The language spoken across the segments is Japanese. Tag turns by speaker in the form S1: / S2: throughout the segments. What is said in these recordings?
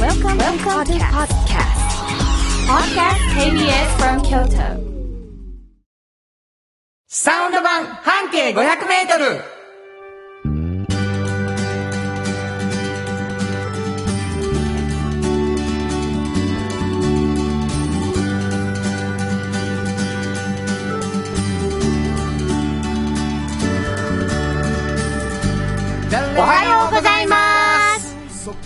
S1: Welcome, to the podcast. Podcast KBS from Kyoto.
S2: サウンド版半径500メートル
S3: おはようございます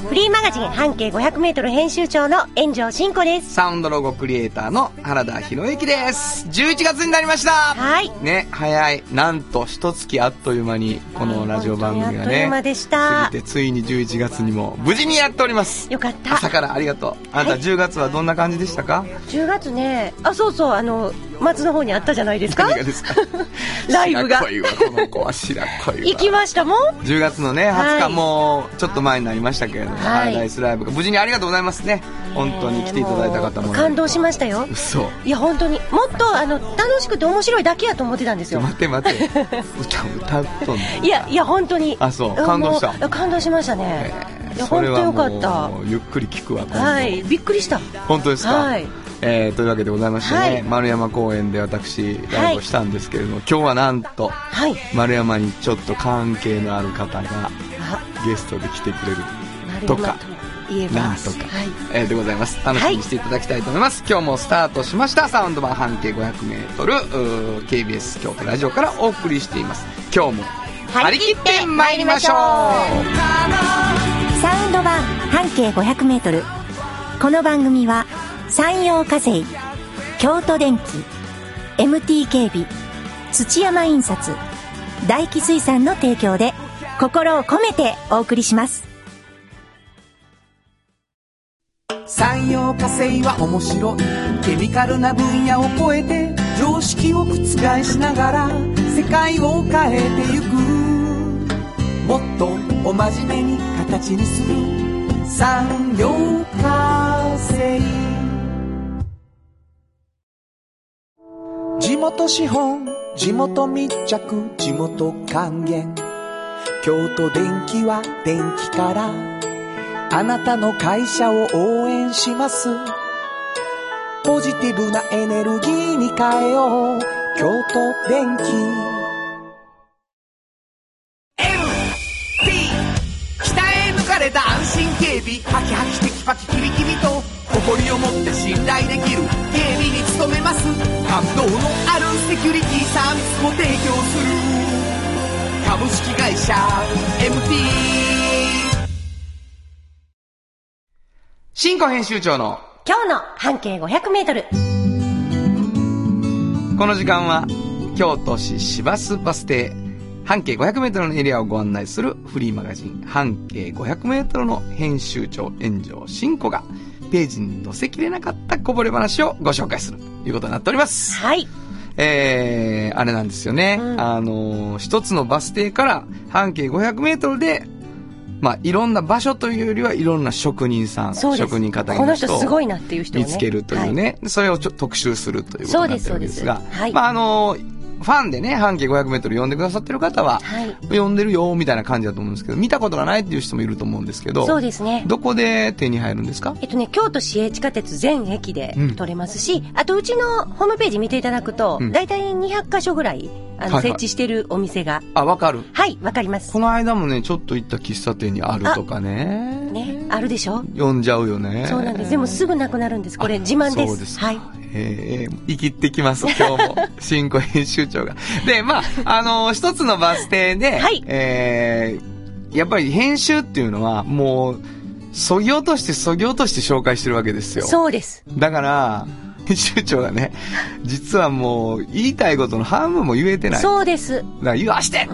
S3: フリーマガジン半径 500m 編集長の炎上真子です
S2: サウンドロゴクリエイターの原田博之です。11月になりました
S3: はい
S2: ね、早い。なんと、一月あっという間に、このラジオ番組
S3: あっ
S2: が
S3: という
S2: ね、
S3: 間でした
S2: 過ぎてついに11月にも無事にやっております。
S3: よかった
S2: 朝からありがとう。あなた10月はどんな感じでしたか
S3: 10月ねあそうそうあの松の方にあったじゃないですか
S2: 何がですか
S3: ライブが
S2: 白恋は、この子は白恋は。
S3: 行きましたもん
S2: 10月のね
S3: はい
S2: 20日もうちょっと前になりましたけれども、
S3: はい
S2: パラダイスライブが無事にありがとうございますね本当に来ていただいた方も
S3: う感動しま
S2: し
S3: したよ
S2: 嘘
S3: いや本当にもっとあの楽しくて面白いだけやと思ってたんですよ
S2: 待って待 って歌歌っとんの
S3: いやいや本当に
S2: あそう
S3: うん
S2: 感動した
S3: もう感動しましたねいや本当よかった
S2: もうゆっくり聞くわ今度
S3: はいびっくりした
S2: 本当ですか、
S3: はい
S2: えーというわけでございましてね、
S3: はい
S2: 丸山公園で私ライブをしたんですけれども、今日はなんと
S3: はい
S2: 丸山にちょっと関係のある方が
S3: あ
S2: ゲストで来てくれる
S3: なる
S2: と
S3: ほど
S2: か
S3: 言え
S2: な
S3: ま
S2: ん
S3: す
S2: とか、
S3: はい
S2: えーでございます楽しみにしていただきたいと思います、今日もスタートしましたサウンド版半径 500m KBS 京都ラジオからお送りしています今日も張り切って参りましょう
S4: サウンド版半径 500m この番組は山陽火星京都電機 MT 警備土山印刷大気水産の提供で心を込めてお送りします
S5: 産業化成は面白いケミカルな分野を超えて常識を覆しながら世界を変えてゆくもっとお真面目に形にする産業化成地元資本地元密着地元還元京都電気は電気からあなたの会社を応援します。ポジティブなエネルギーに変えよう。京都電気。MT 鍛え抜かれた安心警備ハキハキテキパキキビキビと誇りを持って信頼できる警備に努めます感動のあるセキュリティサービスも提供する株式会社 MT
S2: 新庫編集長の
S3: 今日の半径 500m
S2: この時間は京都市市バスバス停半径 500m のエリアをご案内するフリーマガジン半径 500m の編集長炎上真子がページに載せきれなかったこぼれ話をご紹介するということになっております。
S3: はい
S2: えー、あれなんですよね。
S3: うん
S2: あのー一つのバス停から半径500メートルで、まあ、いろんな場所というよりはいろんな職人さん、
S3: そうです
S2: 職人方
S3: こ
S2: 々
S3: の人すご
S2: を
S3: いなっていう人を、
S2: 見
S3: ね、
S2: つけるというね、それをちょっと特集するということになってるんですが、
S3: そうですそうですはい
S2: まあ、あのーファンでね、半径500メートル呼んでくださってる方は、
S3: はい、はい
S2: 呼んでるよ、みたいな感じだと思うんですけど、見たことがないっていう人もいると思うんですけど、
S3: そうですね
S2: どこで手に入るんですか
S3: えっとね、京都市営地下鉄全駅で
S2: うん
S3: 取れますし、あとうちのホームページ見ていただくと、
S2: うん
S3: 大体200箇所ぐらい、あ
S2: はい
S3: の、
S2: はい
S3: 設置してるお店が。
S2: あ、わかる。
S3: はい、わかります
S2: こ。の間もね、ちょっと行った喫茶店にあるとかね。
S3: ね、あるでしょ
S2: 読んじゃうよね。
S3: そうなんです。でもすぐなくなるんです。これ自慢です。
S2: そうですか。
S3: はい。
S2: えー生きてき ます、今日も。新庫編集長が。で、まあ、あのー一つのバス停で、
S3: はい
S2: えーやっぱり編集っていうのは、もう、そぎ落としてそぎ落として紹介してるわけですよ。
S3: そうです。
S2: だから、編集長がね、実はもう、言いたいことの半分も言えてない。だか
S3: そうです。
S2: ら言わして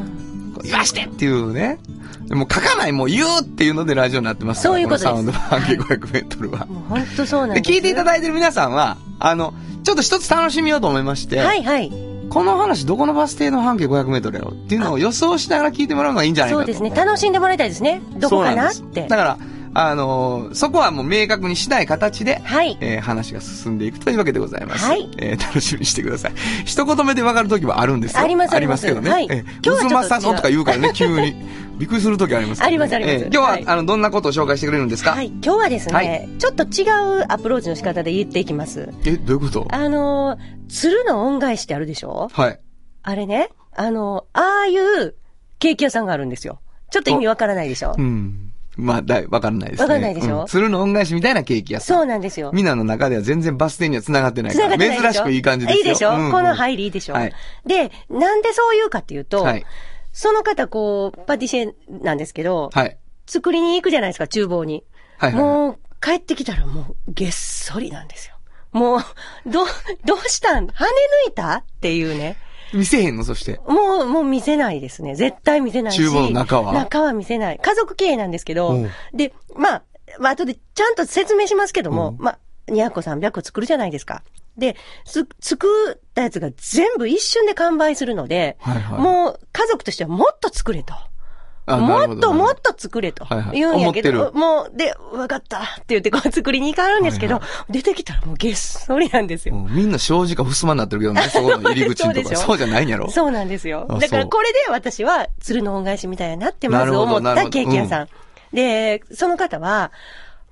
S2: 言わしてっていうね。でも書かない、もう言うっていうのでラジオになってますから
S3: そういうことです
S2: のサウンド半 径500メートルは。
S3: もう本当そうなん
S2: で、
S3: です。
S2: 聞いていただいてる皆さんは、あの、ちょっと一つ楽しみようと思いまして、
S3: はいはい。
S2: この話どこのバス停の半径500メートルやろっていうのを予想しながら聞いてもらうのがいいんじゃない
S3: そ
S2: かと。
S3: うですね。楽しんでもらいたいですね。どこかなっ
S2: そうなんで
S3: て
S2: す。だ。から、あのーそこはもう明確にしない形で、
S3: はい
S2: えー話が進んでいくというわけでございます。
S3: はい
S2: えー楽しみにしてください。一言目で分かる時はあるんですよ。
S3: あります
S2: ありますけどね。
S3: はい
S2: えー
S3: 今日はちょっと違う
S2: うずまさのとか言うからね、急に。びっくりする時ありますけ
S3: あ
S2: どね、
S3: りますあります
S2: えー今日は、
S3: はい
S2: あの、どんなことを紹介してくれるんですか、
S3: はい、今日はですね、
S2: はい
S3: ちょっと違うアプローチの仕方で言っていきます。
S2: え、どういうこと
S3: あの、鶴の恩返しってあるでしょ
S2: はい。
S3: あれね、あの、ああいうケーキ屋さんがあるんですよ。ちょっと意味わからないでしょ
S2: うん。まあ、だい、わかんないですね。
S3: わかんないでしょ
S2: うん鶴の恩返しみたいなケーキ屋さん。
S3: そうなんですよ。
S2: ミナの中では全然バス停には繋がってないから。
S3: 繋がってないで
S2: 珍
S3: しょ
S2: しくいい感じですよ。
S3: いいでしょ、
S2: うんうん
S3: この入りいいでしょ、
S2: はい
S3: で、なんでそう言うかっていうと、
S2: はい
S3: その方、こう、パティシエなんですけど、
S2: はい。
S3: 作りに行くじゃないですか、厨房に。
S2: はいはいはい
S3: もう、帰ってきたらもう、げっそりなんですよ。もう、ど、どうしたん跳ね抜いたっていうね。
S2: 見せへんのそして。
S3: もう、もう見せないですね。絶対見せないし。
S2: 厨房の中は
S3: 中は見せない。家族経営なんですけ
S2: う
S3: ど
S2: ん、
S3: で、まあ、まあ、後でちゃんと説明しますけども、
S2: う
S3: まあ、200個300個作るじゃないですか。で、つ、作ったやつが全部一瞬で完売するので、
S2: はいはい
S3: もう家族としてはもっと作れと。
S2: あなる
S3: も
S2: ほ
S3: っ
S2: ど
S3: ともっと作れと
S2: はいはい
S3: 言うんやけ
S2: 思
S3: ど、
S2: って
S3: もう、で、わかったって言ってこう作りに行かはるんですけど、
S2: はい
S3: 出てきたらもうげっそりなんですよ。
S2: うんみんな障子が襖になってるけどね、そこの入り口の
S3: そ
S2: と
S3: う
S2: か。
S3: でしょ
S2: そうじゃないんやろ
S3: そうなんですよ
S2: あ。
S3: だから
S2: そう
S3: これで私は鶴の恩返しみたいやなってまず思っ
S2: なるほ
S3: た
S2: ど
S3: ケーキ屋さん。で、その方は、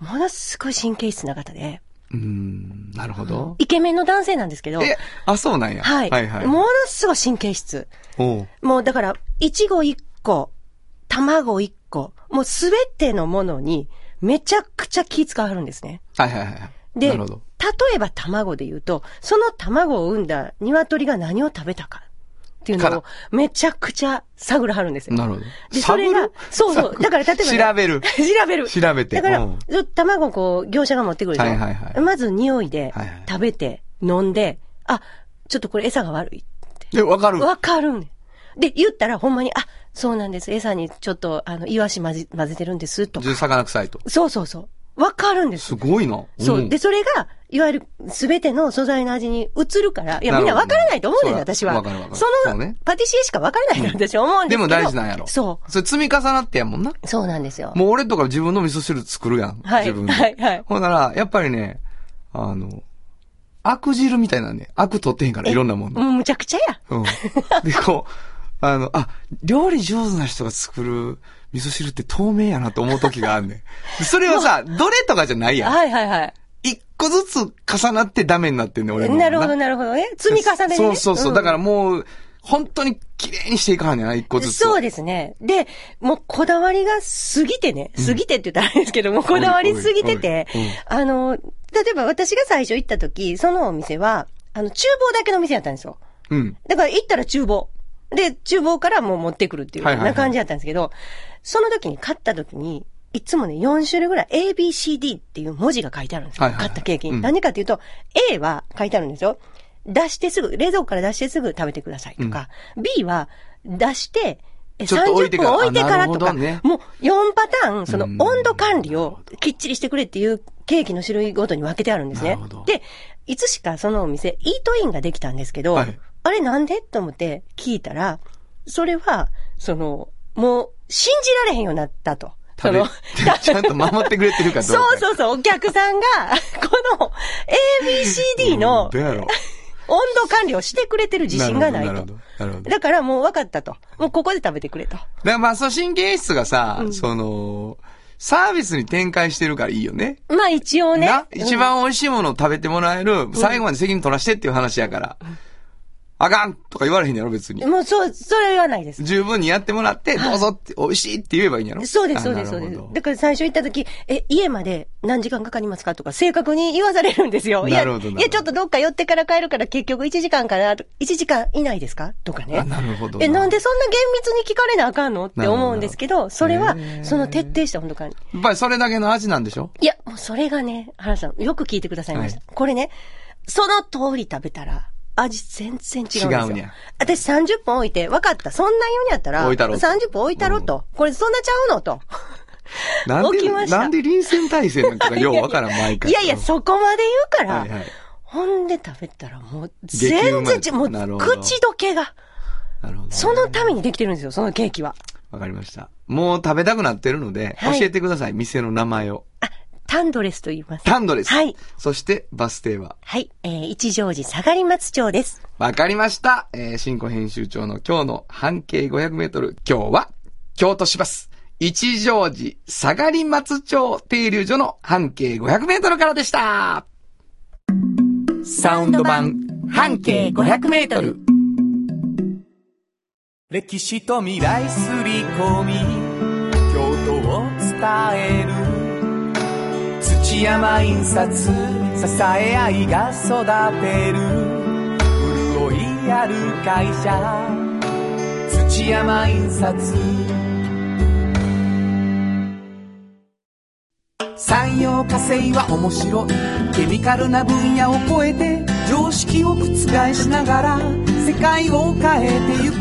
S3: ものすごい神経質な方で、
S2: うーん、なるほど。
S3: イケメンの男性なんですけど、
S2: え、あ、そうなんや。
S3: はい、
S2: はいはい。
S3: ものすごい神経質。
S2: おう
S3: もうだから、いちご1個、卵1個、もうすべてのものにめちゃくちゃ気使わはるんですね。
S2: はいはいはい。
S3: で、例
S2: なるほど。
S3: えば卵で言うと、その卵を産んだ鶏が何を食べたかっていう
S2: か
S3: の
S2: ら
S3: をめちゃくちゃ探らはるんですよ。
S2: なるほど。
S3: で、それが、そうそう。だから例えばね、
S2: 調べる
S3: 調べる。
S2: 調べて
S3: だから、
S2: うん
S3: 卵をこう、業者が持ってくるでしょ。
S2: はいはいはい
S3: まず匂いで
S2: はいはい、
S3: 食べて、飲んで、あ、ちょっとこれ餌が悪い。
S2: え、わかる。
S3: わかるんねんで、言ったらほんまに、あ、そうなんです。餌にちょっと、あの、イワシ混ぜ混ぜてるんです、とか。
S2: 十魚臭いと。
S3: そうそうそう。わかるんです
S2: すごいな。
S3: そう。
S2: ん
S3: で、それが、いわゆる、すべての素材の味に移るから、いや、
S2: な
S3: み
S2: る
S3: んな
S2: ほど
S3: わからないと思うんですよ、
S2: そ
S3: 私は。
S2: うだわかるわかる
S3: そ
S2: そ
S3: の
S2: うね、
S3: パティシエしかわからないと私は思うんで
S2: です
S3: けど。
S2: も大事なんやろ。
S3: そ
S2: それ積み重なってやもんな。
S3: う。そうなんですよ。
S2: もう俺とか自分の味噌汁作るやん。
S3: はい
S2: 自分で。
S3: はいはい
S2: ほんなら、やっぱりね、あの、アク汁みたいなね、アク取ってへんから、いろんなもんの
S3: もうむちゃくちゃや。
S2: うん。で、こう、あの、あ、料理上手な人が作る味噌汁って透明やなと思う時があんねん。それ はさ、どれとかじゃないやん。
S3: はいはいはい。
S2: 一個ずつ重なってダメになってんねん、俺の。
S3: なるほどなるほどね。積み重ねでね。
S2: そうそうそう。
S3: ん
S2: だからもう、本当に綺麗にしていかはんねんな、一個ずつ。
S3: そうですね。で、もうこだわりが過ぎてね、過ぎてって言ったらあれですけども、こだわり過ぎてて
S2: おいおいおい、
S3: あの、例えば私が最初行った時、そのお店は、あの、厨房だけの店やったんですよ。
S2: うん。
S3: だから行ったら厨房。で、厨房からもう持ってくるっていうよ
S2: は
S3: う
S2: いはいはい
S3: な感じだったんですけど、その時に買った時に、いつもね、4種類ぐらい ABCD っていう文字が書いてあるんですよ。
S2: はいはい
S3: 買
S2: はい
S3: ったケーキに。
S2: うん
S3: 何かっていうと、A は書いてあるんですよ。出してすぐ、冷蔵庫から出してすぐ食べてくださいとか、B は出して、え
S2: ちょっと置いて
S3: 30
S2: から
S3: 分置いてからと
S2: あなる
S3: か、
S2: ほどね
S3: もう4パターン、その
S2: うん
S3: 温度管理をきっちりしてくれっていうケーキの種類ごとに分けてあるんですね
S2: なるほど。
S3: で、いつしかそのお店、イートインができたんですけど、
S2: はい
S3: あれなんでと思って聞いたら、それは、その、もう、信じられへんようになったと。
S2: 食べ
S3: その、
S2: ちゃんと守ってくれてるかどうか。
S3: そうそうそう、お客さんが、 この ABCD の
S2: どうやろう。
S3: 温度管理をしてくれてる自信がない
S2: なるほ
S3: と
S2: ど。なるほど。
S3: だからもう分かったと。もうここで食べてくれと。
S2: だからまあ、その神経質がさ、その、サービスに展開してるからいいよね。
S3: まあ一応ね
S2: な、。
S3: うん
S2: 一番美味しいものを食べてもらえる、最後まで責任取らしてっていう話やから。あかんとか言われへんやろ、別に。
S3: もうそう、それは言わないです。
S2: 十分にやってもらって、どうぞって、美味しいって言えばいいんやろ
S3: そうです、
S2: あ
S3: そうです、そうで
S2: な
S3: す
S2: るほ。ど
S3: だから最初行った時、え、家まで何時間かかりますかとか、正確に言わされるんですよ。いや、
S2: なるほどなるほど
S3: いや、ちょっとどっか寄ってから帰るから結局1時間から、1時間以内ですかとかね。
S2: あなるほどな
S3: え、なんでそんな厳密に聞かれなあかんのって思うんですけど、それは
S2: へー、
S3: その徹底した温度管理。
S2: やっぱりそれだけの味なんでしょ
S3: いや、もうそれがね、原さん、よく聞いてくださいました。
S2: は
S3: これね、その通り食べたら、味全然違うんですよ。
S2: 違うねや
S3: 私30分置いて、分かった。そんな言うんやったら、
S2: 置いたろうと
S3: 30分置いたろうと。これそんなちゃうのと。
S2: なん
S3: 起
S2: で、
S3: きました
S2: なんで臨戦態勢なんかがようわからん、毎回。
S3: いやいや、そこまで言うから、
S2: はいはい
S3: ほんで食べたらもう、
S2: 激うまい
S3: 全然違う、も
S2: なる
S3: う、
S2: ほど
S3: 口どけが、
S2: なるほどね
S3: そのためにできてるんですよ、そのケーキは。
S2: わかりました。もう食べたくなってるので、
S3: はい
S2: 教えてください。店の名前を。
S3: タンドレスと言います。
S2: タンドレス。
S3: はい。
S2: そして、バス停は。
S3: はい。えー、一乗寺下がり松町です。
S2: わかりました。えー、新庫編集長の今日の半径500メートル。今日は、京都市バス、一乗寺下がり松町停留所の半径500メートルからでした。サウンド版、半径500メートル。
S5: 歴史と未来すり込み京都を伝える土山印刷支え合いが育てる潤いある会社土山印刷産業化成は面白いケミカルな分野を超えて常識を覆しながら世界を変えてゆく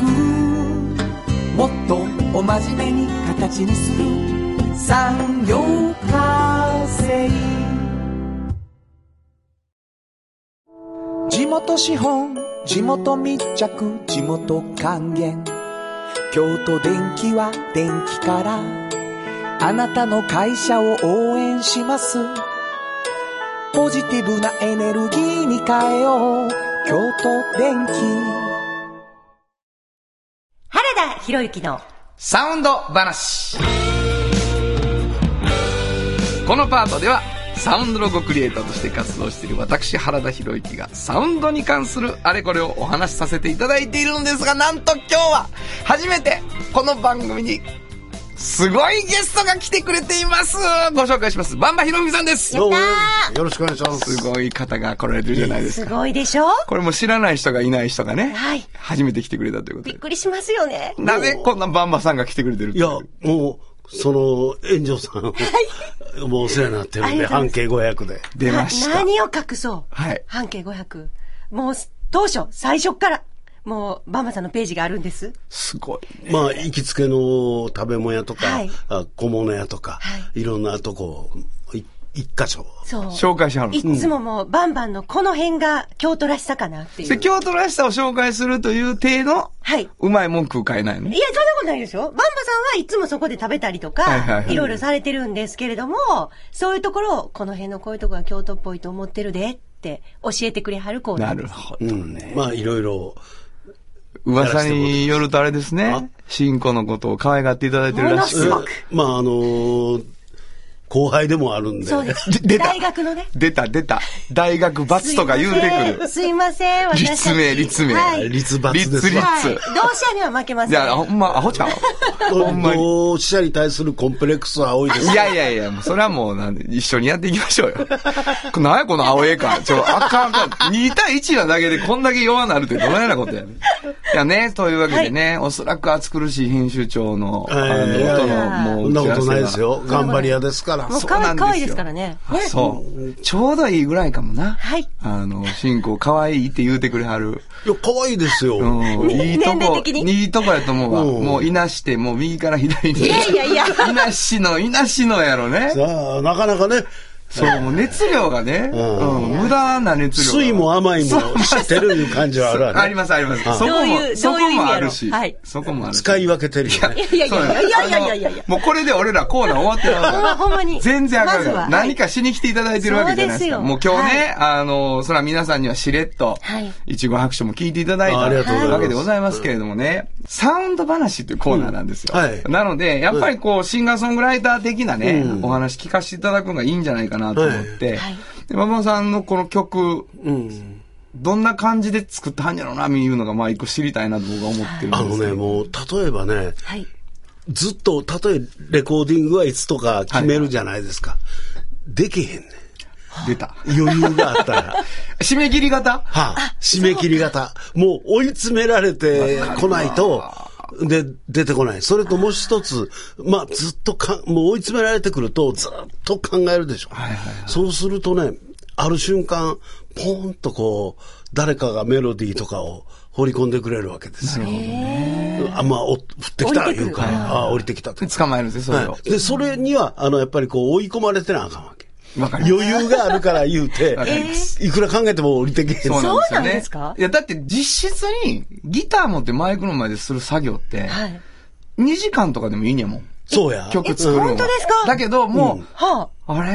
S5: もっとお真面目に形にする産業化成地元資本地元密着地元還元京都電気は電気からあなたの会社を応援しますポジティブなエネルギーに変えよう京都電気
S3: 原田博之の
S2: サウンド話このパートではサウンドロゴクリエイターとして活動している私原田博之がサウンドに関するあれこれをお話しさせていただいているんですがなんと今日は初めてこの番組にすごいゲストが来てくれていますご紹介しますバンバひろみさんです
S6: どうもよろしくお願いします。
S2: すごい方が来られてるじゃないです
S3: す
S2: か
S3: ごいでしょ
S2: これも知らない人がいない人がね、
S3: はい
S2: 初めて来てくれたということ
S3: びっ
S2: で
S3: くりしますよね。
S2: なぜこんなバンバさんが来てくれてる
S6: いや、もう、その、炎上さん、もうお世話になってるんで、
S3: あり
S6: 半径500で。
S2: 出ました
S3: 何を隠そう。
S2: はい
S3: 半径500。もう、当初、最初っから、もう、バンバさんのページがあるんです。
S2: すごい
S6: まあ、行きつけの食べ物屋とか
S3: はい、
S6: あ小物屋とか
S3: は、
S6: いろんなとこ、い一箇所。
S3: そう。
S2: 紹介しはるんで
S3: い
S2: すね
S3: つももう、バンバンのこの辺が京都らしさかなってい
S2: で、
S3: う。
S2: 京都らしさを紹介するという程度、
S3: はい。
S2: うまい文句を変えないの
S3: いや、そんなことないですよ。バンバさんはいつもそこで食べたりとか、
S2: はい
S3: い
S2: はいはい
S3: ろいろされてるんですけれども、そういうところを、この辺のこういうとこが京都っぽいと思ってるでって教えてくれはる子
S2: なるほど。
S6: うんまあ、いろいろ、
S2: 噂によるとあれですね、新子のことを可愛がっていただいてるらしい。
S3: ものすごく
S6: えまあ、あのー、後輩でもあるんで。
S3: そうです。
S2: 出た
S3: 大学のね。
S2: 出た出た。大学罰とか言うてくる。
S3: すいません、私たち
S2: 立命、立命。
S3: はい。
S6: 立罰です
S2: 立立。
S3: はい。同志社には負けません。
S2: いや、ほんま、アホちゃうほんまに。
S6: 同志社に対するコンプレックスは多いです
S2: い。やいやいや、もうそれはもうなんで、一緒にやっていきましょうよ。これなんやこの青絵か。ちょ、あかんあかん。2対1なだけでこんだけ弱なるってどのようなことやねん。いやね、というわけでね、おそらく暑苦しい編集長の、あ
S6: えー
S2: の、
S6: いや
S2: 音
S6: い
S2: の、
S6: や
S2: も
S6: そ
S2: うん
S6: な
S2: 打ち合わせ
S6: こと
S2: が
S6: ないです。よ。頑張り屋ですから。
S3: もう
S2: そう
S3: かわ
S2: なん
S3: い
S2: ですよ
S3: かわいいですからね。
S2: あそう。ちょうどいいぐらいかもな。
S3: はい
S2: あの、進行可愛いって言うてくれはる。
S6: いや、可愛いです よ。
S2: うん。いいと
S3: 年齢
S2: こ、
S3: 的に
S2: いいとこやと思うわ。
S6: うん
S2: もう、いなして、もう右から左に。い
S3: やいやいや
S2: いなしの、いなしのやろね。
S6: さあ、なかなかね、
S2: そう、もう熱量がね、
S6: うん
S2: うん、無駄な熱量が。
S6: 酸いも甘いも知ってるいう感じはあるわね。
S2: ありますあります。そこ
S3: どう
S2: も
S3: い、う
S2: そ
S3: ど
S2: こ
S3: ういう意味や
S2: も
S3: ろ
S2: あるし
S3: はい、
S2: そこもあるし。
S6: 使い分けてるよね。
S3: いやいやいやいやいやいやいや。
S2: もうこれで俺らコーナー終わってる
S3: ほんま
S2: わ
S3: ほんまに。
S2: 全然あかん
S3: まず
S2: から
S3: は。
S2: 何かしに来ていただいてるわけじゃないですか。
S3: そう
S2: もう
S3: ですよ
S2: 今日ね、あの、そら皆さんにはしれっと
S3: はい、
S2: いちご白書も聞いていただいた
S6: あありがとうございます
S2: わけでございますけれどもね、サウンド話というコーナーなんですよ
S6: うんはい。
S2: なので、やっぱりこう、シンガーソングライター的なね
S6: う、ん
S2: お話聞かせていただくのがいいんじゃないかなと思って
S3: はい、
S2: で、ママさんのこの曲、
S6: うん。
S2: どんな感じで作ったんやろうな、いうのが、まあ、一個知りたいなと僕は思ってるんで
S6: あ
S2: す
S6: の
S2: けど
S6: ね、もう、例えばね、
S3: はい。
S6: ずっと、例えレコーディングはいつとか決めるじゃないですか。できへんね
S2: 出た。
S6: ん。余裕があったら。
S2: 締め切り型
S6: はあ、締め切り型。もう追い詰められてこないと、で、出てこない。それともう一つ、まあ、ずっとか、もう追い詰められてくると、ずっと考えるでしょ。そうするとね、ある瞬間、ポーンとこう、誰かがメロディーとかを放り込んでくれるわけですよ。あ、まあ、お降ってきた、いうか、あ、降りてきたと。
S2: 捕まえるんですよ、それを
S6: はい。で、それには、あの、やっぱりこう、追い込まれてなあかんわけ。
S2: わかります
S6: 余裕があるから言うて
S2: わかりま、
S6: いくら考えても降りてけへん
S2: そうなんです
S3: そ
S2: よ
S3: うなん
S2: ね
S3: ですか。
S2: いや、だって実質にギター持ってマイクの前でする作業って、
S3: はい。
S2: 2時間とかでもいいんやもん。
S6: そうや。
S2: 曲作るのは。
S3: え本当ですか
S2: だけど、もう、
S6: うん
S3: は
S2: あれ、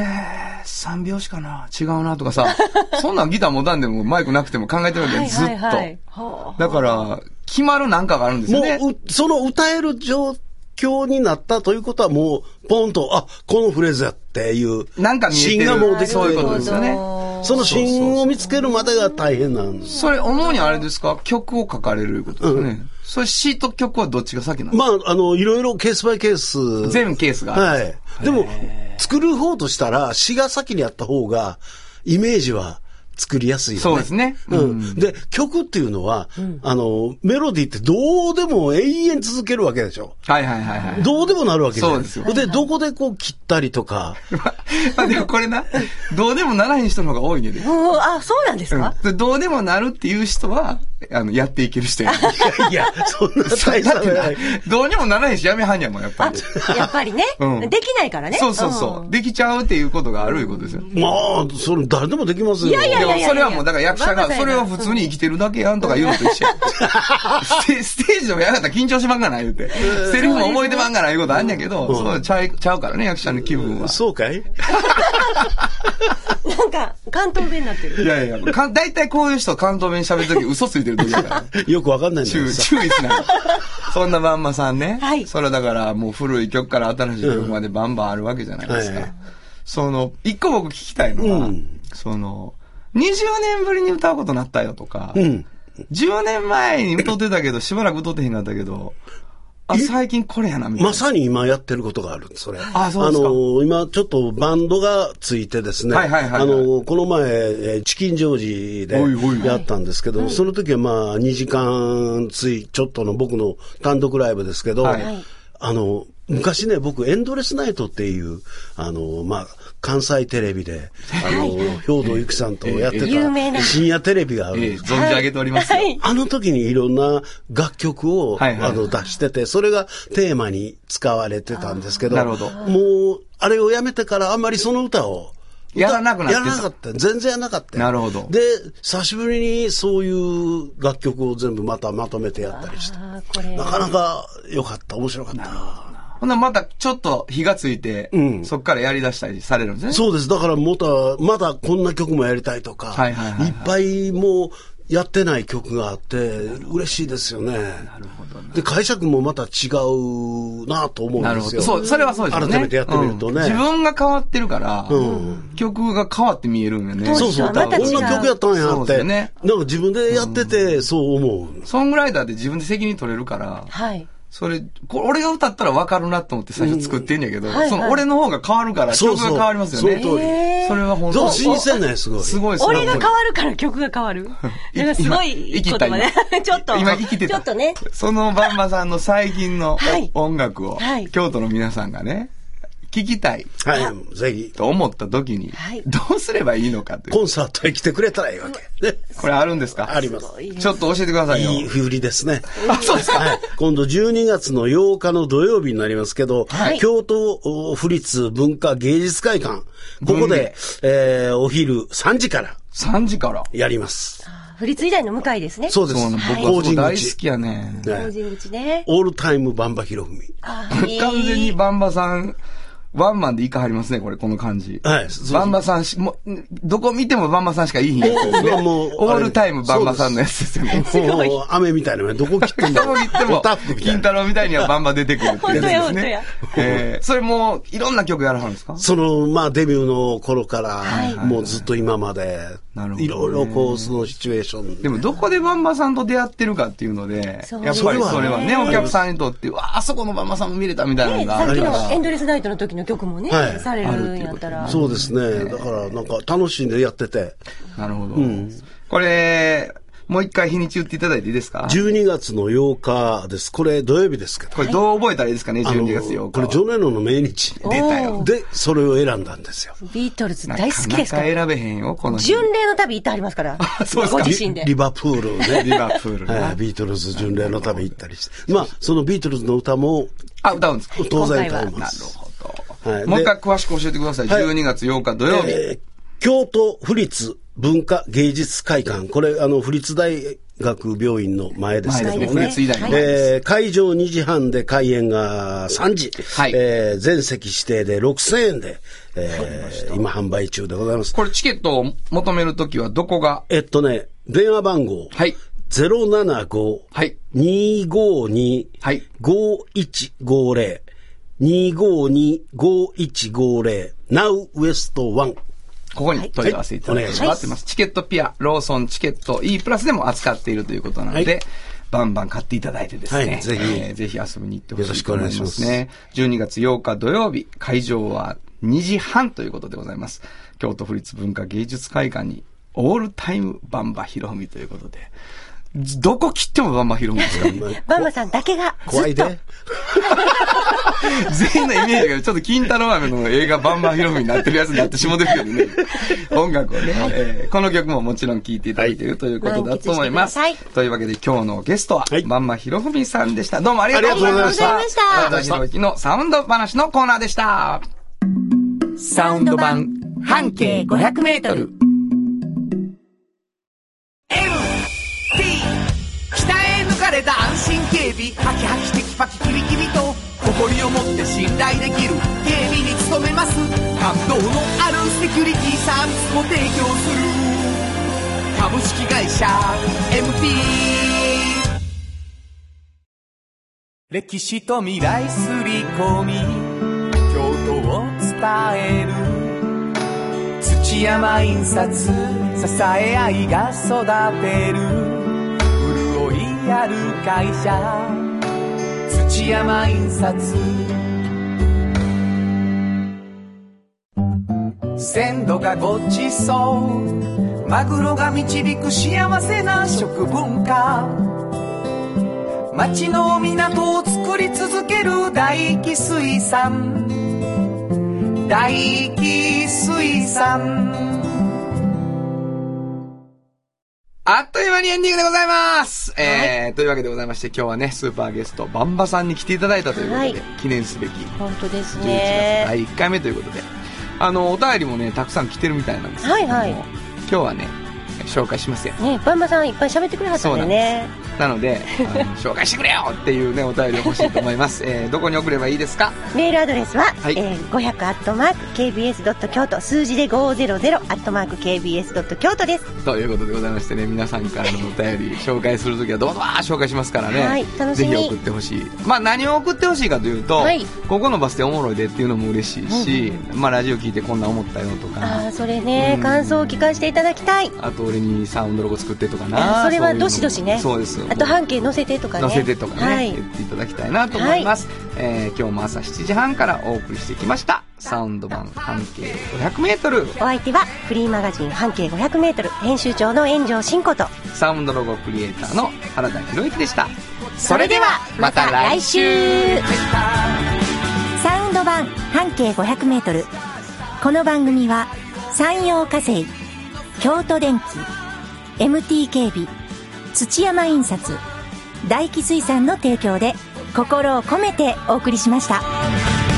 S2: 3拍子かな違うなとかさ、 そんなんギター持たんでもマイクなくても考えてるわ
S3: あ。
S2: け
S3: は
S2: よ、
S3: い
S2: ずっ
S3: は
S2: と
S3: い。はい。はあ
S2: だから、決まるなんかがあるんです
S6: も
S2: よね。
S6: うう、その歌える状況になったということはもう、ポンと、あ、このフレーズやっていう。
S2: なんか見えてる
S6: 芯がもうできて
S2: そういうことですよね
S3: なるほど
S6: その芯を見つけるまでが大変なんです。
S2: それ、主にあれですか曲を書かれるいうことですね。それ、詩と曲はどっちが先なの、
S6: まあ、あの、いろいろケースバイケース。
S2: 全ケースがあ
S6: は
S2: るんで
S6: い
S2: す。
S6: でも、作る方としたら、詩が先にやった方が、イメージは作りやすいよね。
S2: そうですね
S6: う
S2: うん
S6: ん。で、曲っていうのは、あの、メロディーってどうでも永遠続けるわけでしょ。
S2: はいはいはいはい。
S6: どうでもなるわけじゃん
S2: そうですよ
S6: で、どこでこう切ったりとか、
S2: まあでもこれな、どうでもならへん人の方が多いねんで。
S3: うんあ、そうなんですか
S2: うん、どうでもなるっていう人は、あの、やっていける人やね
S6: いや、 そんな 大差
S2: だって
S6: ない。
S2: な、どうにもならへんし、やめはんやもん、やっぱ
S3: あ
S2: り。、
S3: やっぱりね
S2: うん。
S3: できないからね。
S2: そうそうそう、
S3: ん
S2: できちゃうっていうことがあるいうことですよ。
S6: まあ、それ誰でもできますよ。
S3: いやいや
S2: でもそれはもう、だから役者
S3: バカ
S2: が、
S3: だよ
S2: それは普通に生きてるだけやんとか言うのと一緒やステステージでもやがったら緊張しまんがな言うて。セリフも覚えてまんがないうことあんねんけど、そうちゃいちゃうからね、役者の気分は。
S6: そうかい
S3: なんか、関東弁になって
S2: い
S3: る。
S2: やいや、か大体こういう人関東弁喋るとき嘘ついてる時だから。
S6: よくわかんないんだけど
S2: 注
S6: さ
S2: 注意しない。そんなバンバさんね。
S3: はい
S2: それだからもう古い曲から新しい曲までバンバンあるわけじゃないですか。
S6: うんはい
S2: その、一個僕聞きたいのは、
S6: うん
S2: その、20年ぶりに歌うことになったよとか、
S6: うん。
S2: 10年前に歌ってたけど、しばらく歌ってへんかったけど、あ、最近これやな、みたいな。
S6: まさに今やってることがあるんです、それ。
S2: あそうですか
S6: あの、今ちょっとバンドがついてですね。
S2: はいはいはいはい
S6: あの、この前、えーチキンジョージ
S2: おいおい
S6: でやったんですけど、その時はまあ2時間ついちょっとの僕の単独ライブですけど、
S2: はい
S6: あの、昔ね、僕、エンドレスナイトっていう、あの、まあ、関西テレビで、あの、兵藤由紀さんとやって
S2: ええ
S3: 有名
S6: た
S3: な
S6: 深夜テレビがあるん
S2: ええ
S6: です
S2: 存じ上げておりますよ。
S3: はい。
S6: あの時にいろんな楽曲を、
S2: はいはいはい
S6: あの出してて、それがテーマに使われてたんですけど、
S2: あーなるほど
S6: もう、あれをやめてからあんまりその歌を、
S2: やらなくなってた
S6: やらなかった。全然やらなかった。
S2: なるほど
S6: で、久しぶりにそういう楽曲を全部またまとめてやったりして。
S3: あーこれ
S6: な。かなか良かった。面白かった。
S2: ほんならまたちょっと火がついて、
S6: うん
S2: そっからやり出したりされるんですね。
S6: そうです。だからまた、まだこんな曲もやりたいとか、
S2: はいはいはいはい
S6: っぱいもう、やってない曲があって、嬉しいですよね。
S2: なるほどな
S6: で、解釈もまた違うなと思うん
S2: なる
S6: で
S2: ほ
S6: す
S2: ど。
S6: よ。
S2: そう、それはそうですよね。
S6: 改めてやってみるとね
S2: うん自分が変わってるから、
S6: うん
S2: 曲が変わって見えるんよね。
S6: そうそう。だ
S3: また
S6: から
S3: 違う
S6: こんな曲やったんや
S2: そ
S6: っ
S2: うです
S6: て。
S2: よね。
S6: なんか自分でやってて、そう思う。
S2: ソングライターって自分で責任取れるから、
S3: はい。
S2: それ、これ俺が歌ったら分かるなと思って最初作ってんやけど、
S3: んはいはい
S2: その俺の方が変わるから
S6: そ
S2: 曲
S6: う
S2: が
S6: そう
S2: 変わりますよね。
S6: その通り
S3: へー
S2: それは本
S6: でも
S2: 当
S6: 新鮮ね、すごい。
S2: すごいです
S3: 俺が変わるから曲が変わる。
S2: い
S3: なんかすごい
S2: 今
S3: いい言葉ね
S2: 生きた。今
S3: ちょっと。
S2: 今生きて
S3: ち
S2: た
S3: ょっとね。
S2: そのバンバさんの最近の
S3: はい
S2: 音楽を、
S3: はい
S2: 京都の皆さんがね、聞きたい
S6: はい、ぜひ。
S2: と思った時に、
S3: はい
S2: どうすればいいのかという。
S6: コンサートへ来てくれたらいいわけ。ね。
S2: これあるんですか
S6: あります。
S2: ちょっと教えてくださいよ。
S6: いい振りですね。
S2: あ、そうですか。
S6: はい、今度12月の8日の土曜日になりますけど、
S3: はい
S6: 京都お府立文化芸術会館、ここ
S2: 文
S6: で
S2: 芸、
S6: えーお昼3時から
S2: 3時から。
S6: やります。
S3: 振り継いだの向井ですね。
S6: そうです。
S2: なの僕は
S6: 法
S2: そこ
S6: 人
S2: 大
S6: 口
S2: 好きやね。
S6: ね
S3: 法人口ね。
S6: オールタイムバンバヒロフミ。
S3: 完
S2: 完全にバンバさん、ワンマンでいかはりますね、これ、この感じ。
S6: はいそうです
S2: バンバさんし、もう、んどこ見てもバンバさんしかいいひんやつですね。
S6: もうもう
S2: オールタイムバンバさんのやつですよね。
S6: もう雨みたいなのどこ切って
S2: どこに行って
S6: お
S2: も
S6: タフ、みた
S2: 金
S6: いな。
S2: 太郎みたいにはバンバ出てくるってやつです
S3: 本当や
S2: ね。えー、それもう、いろんな曲やらはるんですか
S6: その、まあ、デビューの頃から、
S3: い
S6: もうずっと今まで、
S2: なるほどね
S6: いろいろこう、そのシチュエーション。
S2: でも、どこでバンバさんと出会ってるかっていうので、
S3: そう
S2: やっぱりそ
S6: そ
S2: れ
S6: れ
S2: は
S6: は
S2: ね、
S6: ね
S2: お客さんにとって、うわあ、あそこのバンバさんも見れたみたいなの
S3: ね、
S2: があ
S3: さっき
S2: るか
S3: の
S2: ら。
S3: エンドレスナイトの時の曲もね、
S6: はい
S3: されるんやったら。
S6: そうですね。だから、なんか楽しんでやってて、
S2: なるほど。これ、もう一回日にち打っていただいていいですか
S6: 12月の8日です。これ土曜日ですけど。
S2: これどう覚えたらいいですかね、
S6: あの
S2: 12月8日は。
S6: これジョネロの命日。
S3: おー
S2: 出たよ
S6: で、それを選んだんですよ。
S3: ビートルズ大好きですか。
S2: なからなか選べへんよ、この日。
S3: 巡礼の旅行ってありますから。
S2: そうですか
S3: ご
S6: リ
S3: 自身で。
S6: リバプールを ね。
S2: リバプールね
S6: はいビートルズ巡礼の旅行ったりして。まあ、そのビートルズの歌も
S2: あ、歌うんですか
S6: 当然歌い
S2: な
S6: ま
S2: る
S6: す。
S2: ほど。
S6: はい
S2: もう一
S6: で
S2: 回詳しく教えてください。
S6: はい
S2: 12月8日土曜日。
S6: えー京都府立文化芸術会館、これ、あの、府立大学病院の前ですけども
S2: 前ですね
S6: ね
S2: 国立医大の前です
S6: えー会場2時半で開演が3時、
S2: はい
S6: えー全席指定で6000円で、えー今販売中でございます。
S2: これチケットを求めるときはどこが
S6: えっとね、電話番号、
S2: はい
S6: 075、
S2: はい
S6: 252、
S2: はい
S6: 5150、252-5150、Now West One。
S2: ここに問い合わせいただければ
S6: はい
S2: 待ってます。チケットピア、ローソンチケット E プラスでも扱っているということなので、
S6: はい
S2: バンバン買っていただいてですね。
S6: はいぜひ
S2: えーぜひ遊びに行ってほしいと思いますね。
S6: よろしくお願いし
S2: 12月8日土曜日、会場は2時半ということでございます。京都府立文化芸術会館に、オールタイムバンバヒロミということで、どこ切ってもバンバヒロミですから、
S3: バンバさんだけがず
S6: 怖
S3: っ
S6: い
S3: と
S6: で。
S2: 全員のイメージがちょっと金太郎飴の映画バンバンヒロミになってるやつになってしもてるけどね。音楽をね、えーこの曲ももちろん聴いていただいているということだと思います。
S3: はい満喫してく
S2: というわけで今日のゲストは、
S6: はい
S2: バンバンヒロミさんでした。どうもありがとうございました。
S3: ありがとうございました
S2: 和田博之のサウンド話のコーナーでした。
S4: サウンド版半径500メートル。
S5: 鍛え抜かれた安心警備ハキハキテキパキキビキビと誇りを持って信頼できる警備に努めます感動のあるセキュリティサービスも提供する株式会社 MT 歴史と未来すり込み京都を伝える土山印刷支え合いが育てる潤いある会社土山印刷鮮度がごちそうマグロが導く幸せな食文化町の港を作り続ける大気水産大気水産
S2: あっという間にエンディングでございます、えー、というわけでございまして今日はね、スーパーゲスト、バンバさんに来ていただいたということ
S3: は
S2: で、
S3: い
S2: 記念すべき
S3: 本当です
S2: 11月
S3: ね。
S2: 第1回目ということで、あの、お便りもね、たくさん来てるみたいなんですけども、
S3: はいはい
S2: 今日はね、紹介しますよ。
S3: ね、バンバさんいっぱい喋ってくれはったんでね。
S2: なので、 あの紹介してくれよっていうね、お便りを欲しいと思います。えー、どこに送ればいいですか
S3: メールアドレスは、
S2: はい
S3: えー、500アットマーク KBS ドット京都数字で500アットマーク KBS ドット京都です。
S2: ということでございましてね、皆さんからのお便り、紹介するときはどうぞあー紹介しますからね。
S3: はい楽しみ
S2: ぜひ送ってほしい。まあ何を送ってほしいかというと、
S3: はい
S2: ここのバス停おもろいでっていうのも嬉しいし、まあラジオ聞いてこんなん思ったよと
S3: あ
S2: か
S3: あ、、それね
S2: う、ん
S3: 感想を聞かせていただきたい。
S2: あと俺にサウンドロゴ作ってとか
S3: あ
S2: な。
S3: ーそれは
S2: ういうのも
S3: どしどしね
S2: そうです。
S3: あと半径載せてとかね。
S2: 載せてとかね、
S3: はい
S2: 言。っていただきたいなと思います、えー今日も朝7時半からお送りしてきましたサウンド版半径 500m
S3: お相手はフリーマガジン半径500メートル編集長の炎上真子と。
S2: サウンドロゴクリエイターの原田博之でした
S3: それではまた来週。
S4: サウンド版半径500メートル。この番組は、山陽火星、京都電機、MT 警備、土山印刷、大気水産の提供で、心を込めてお送りしました。
S5: 「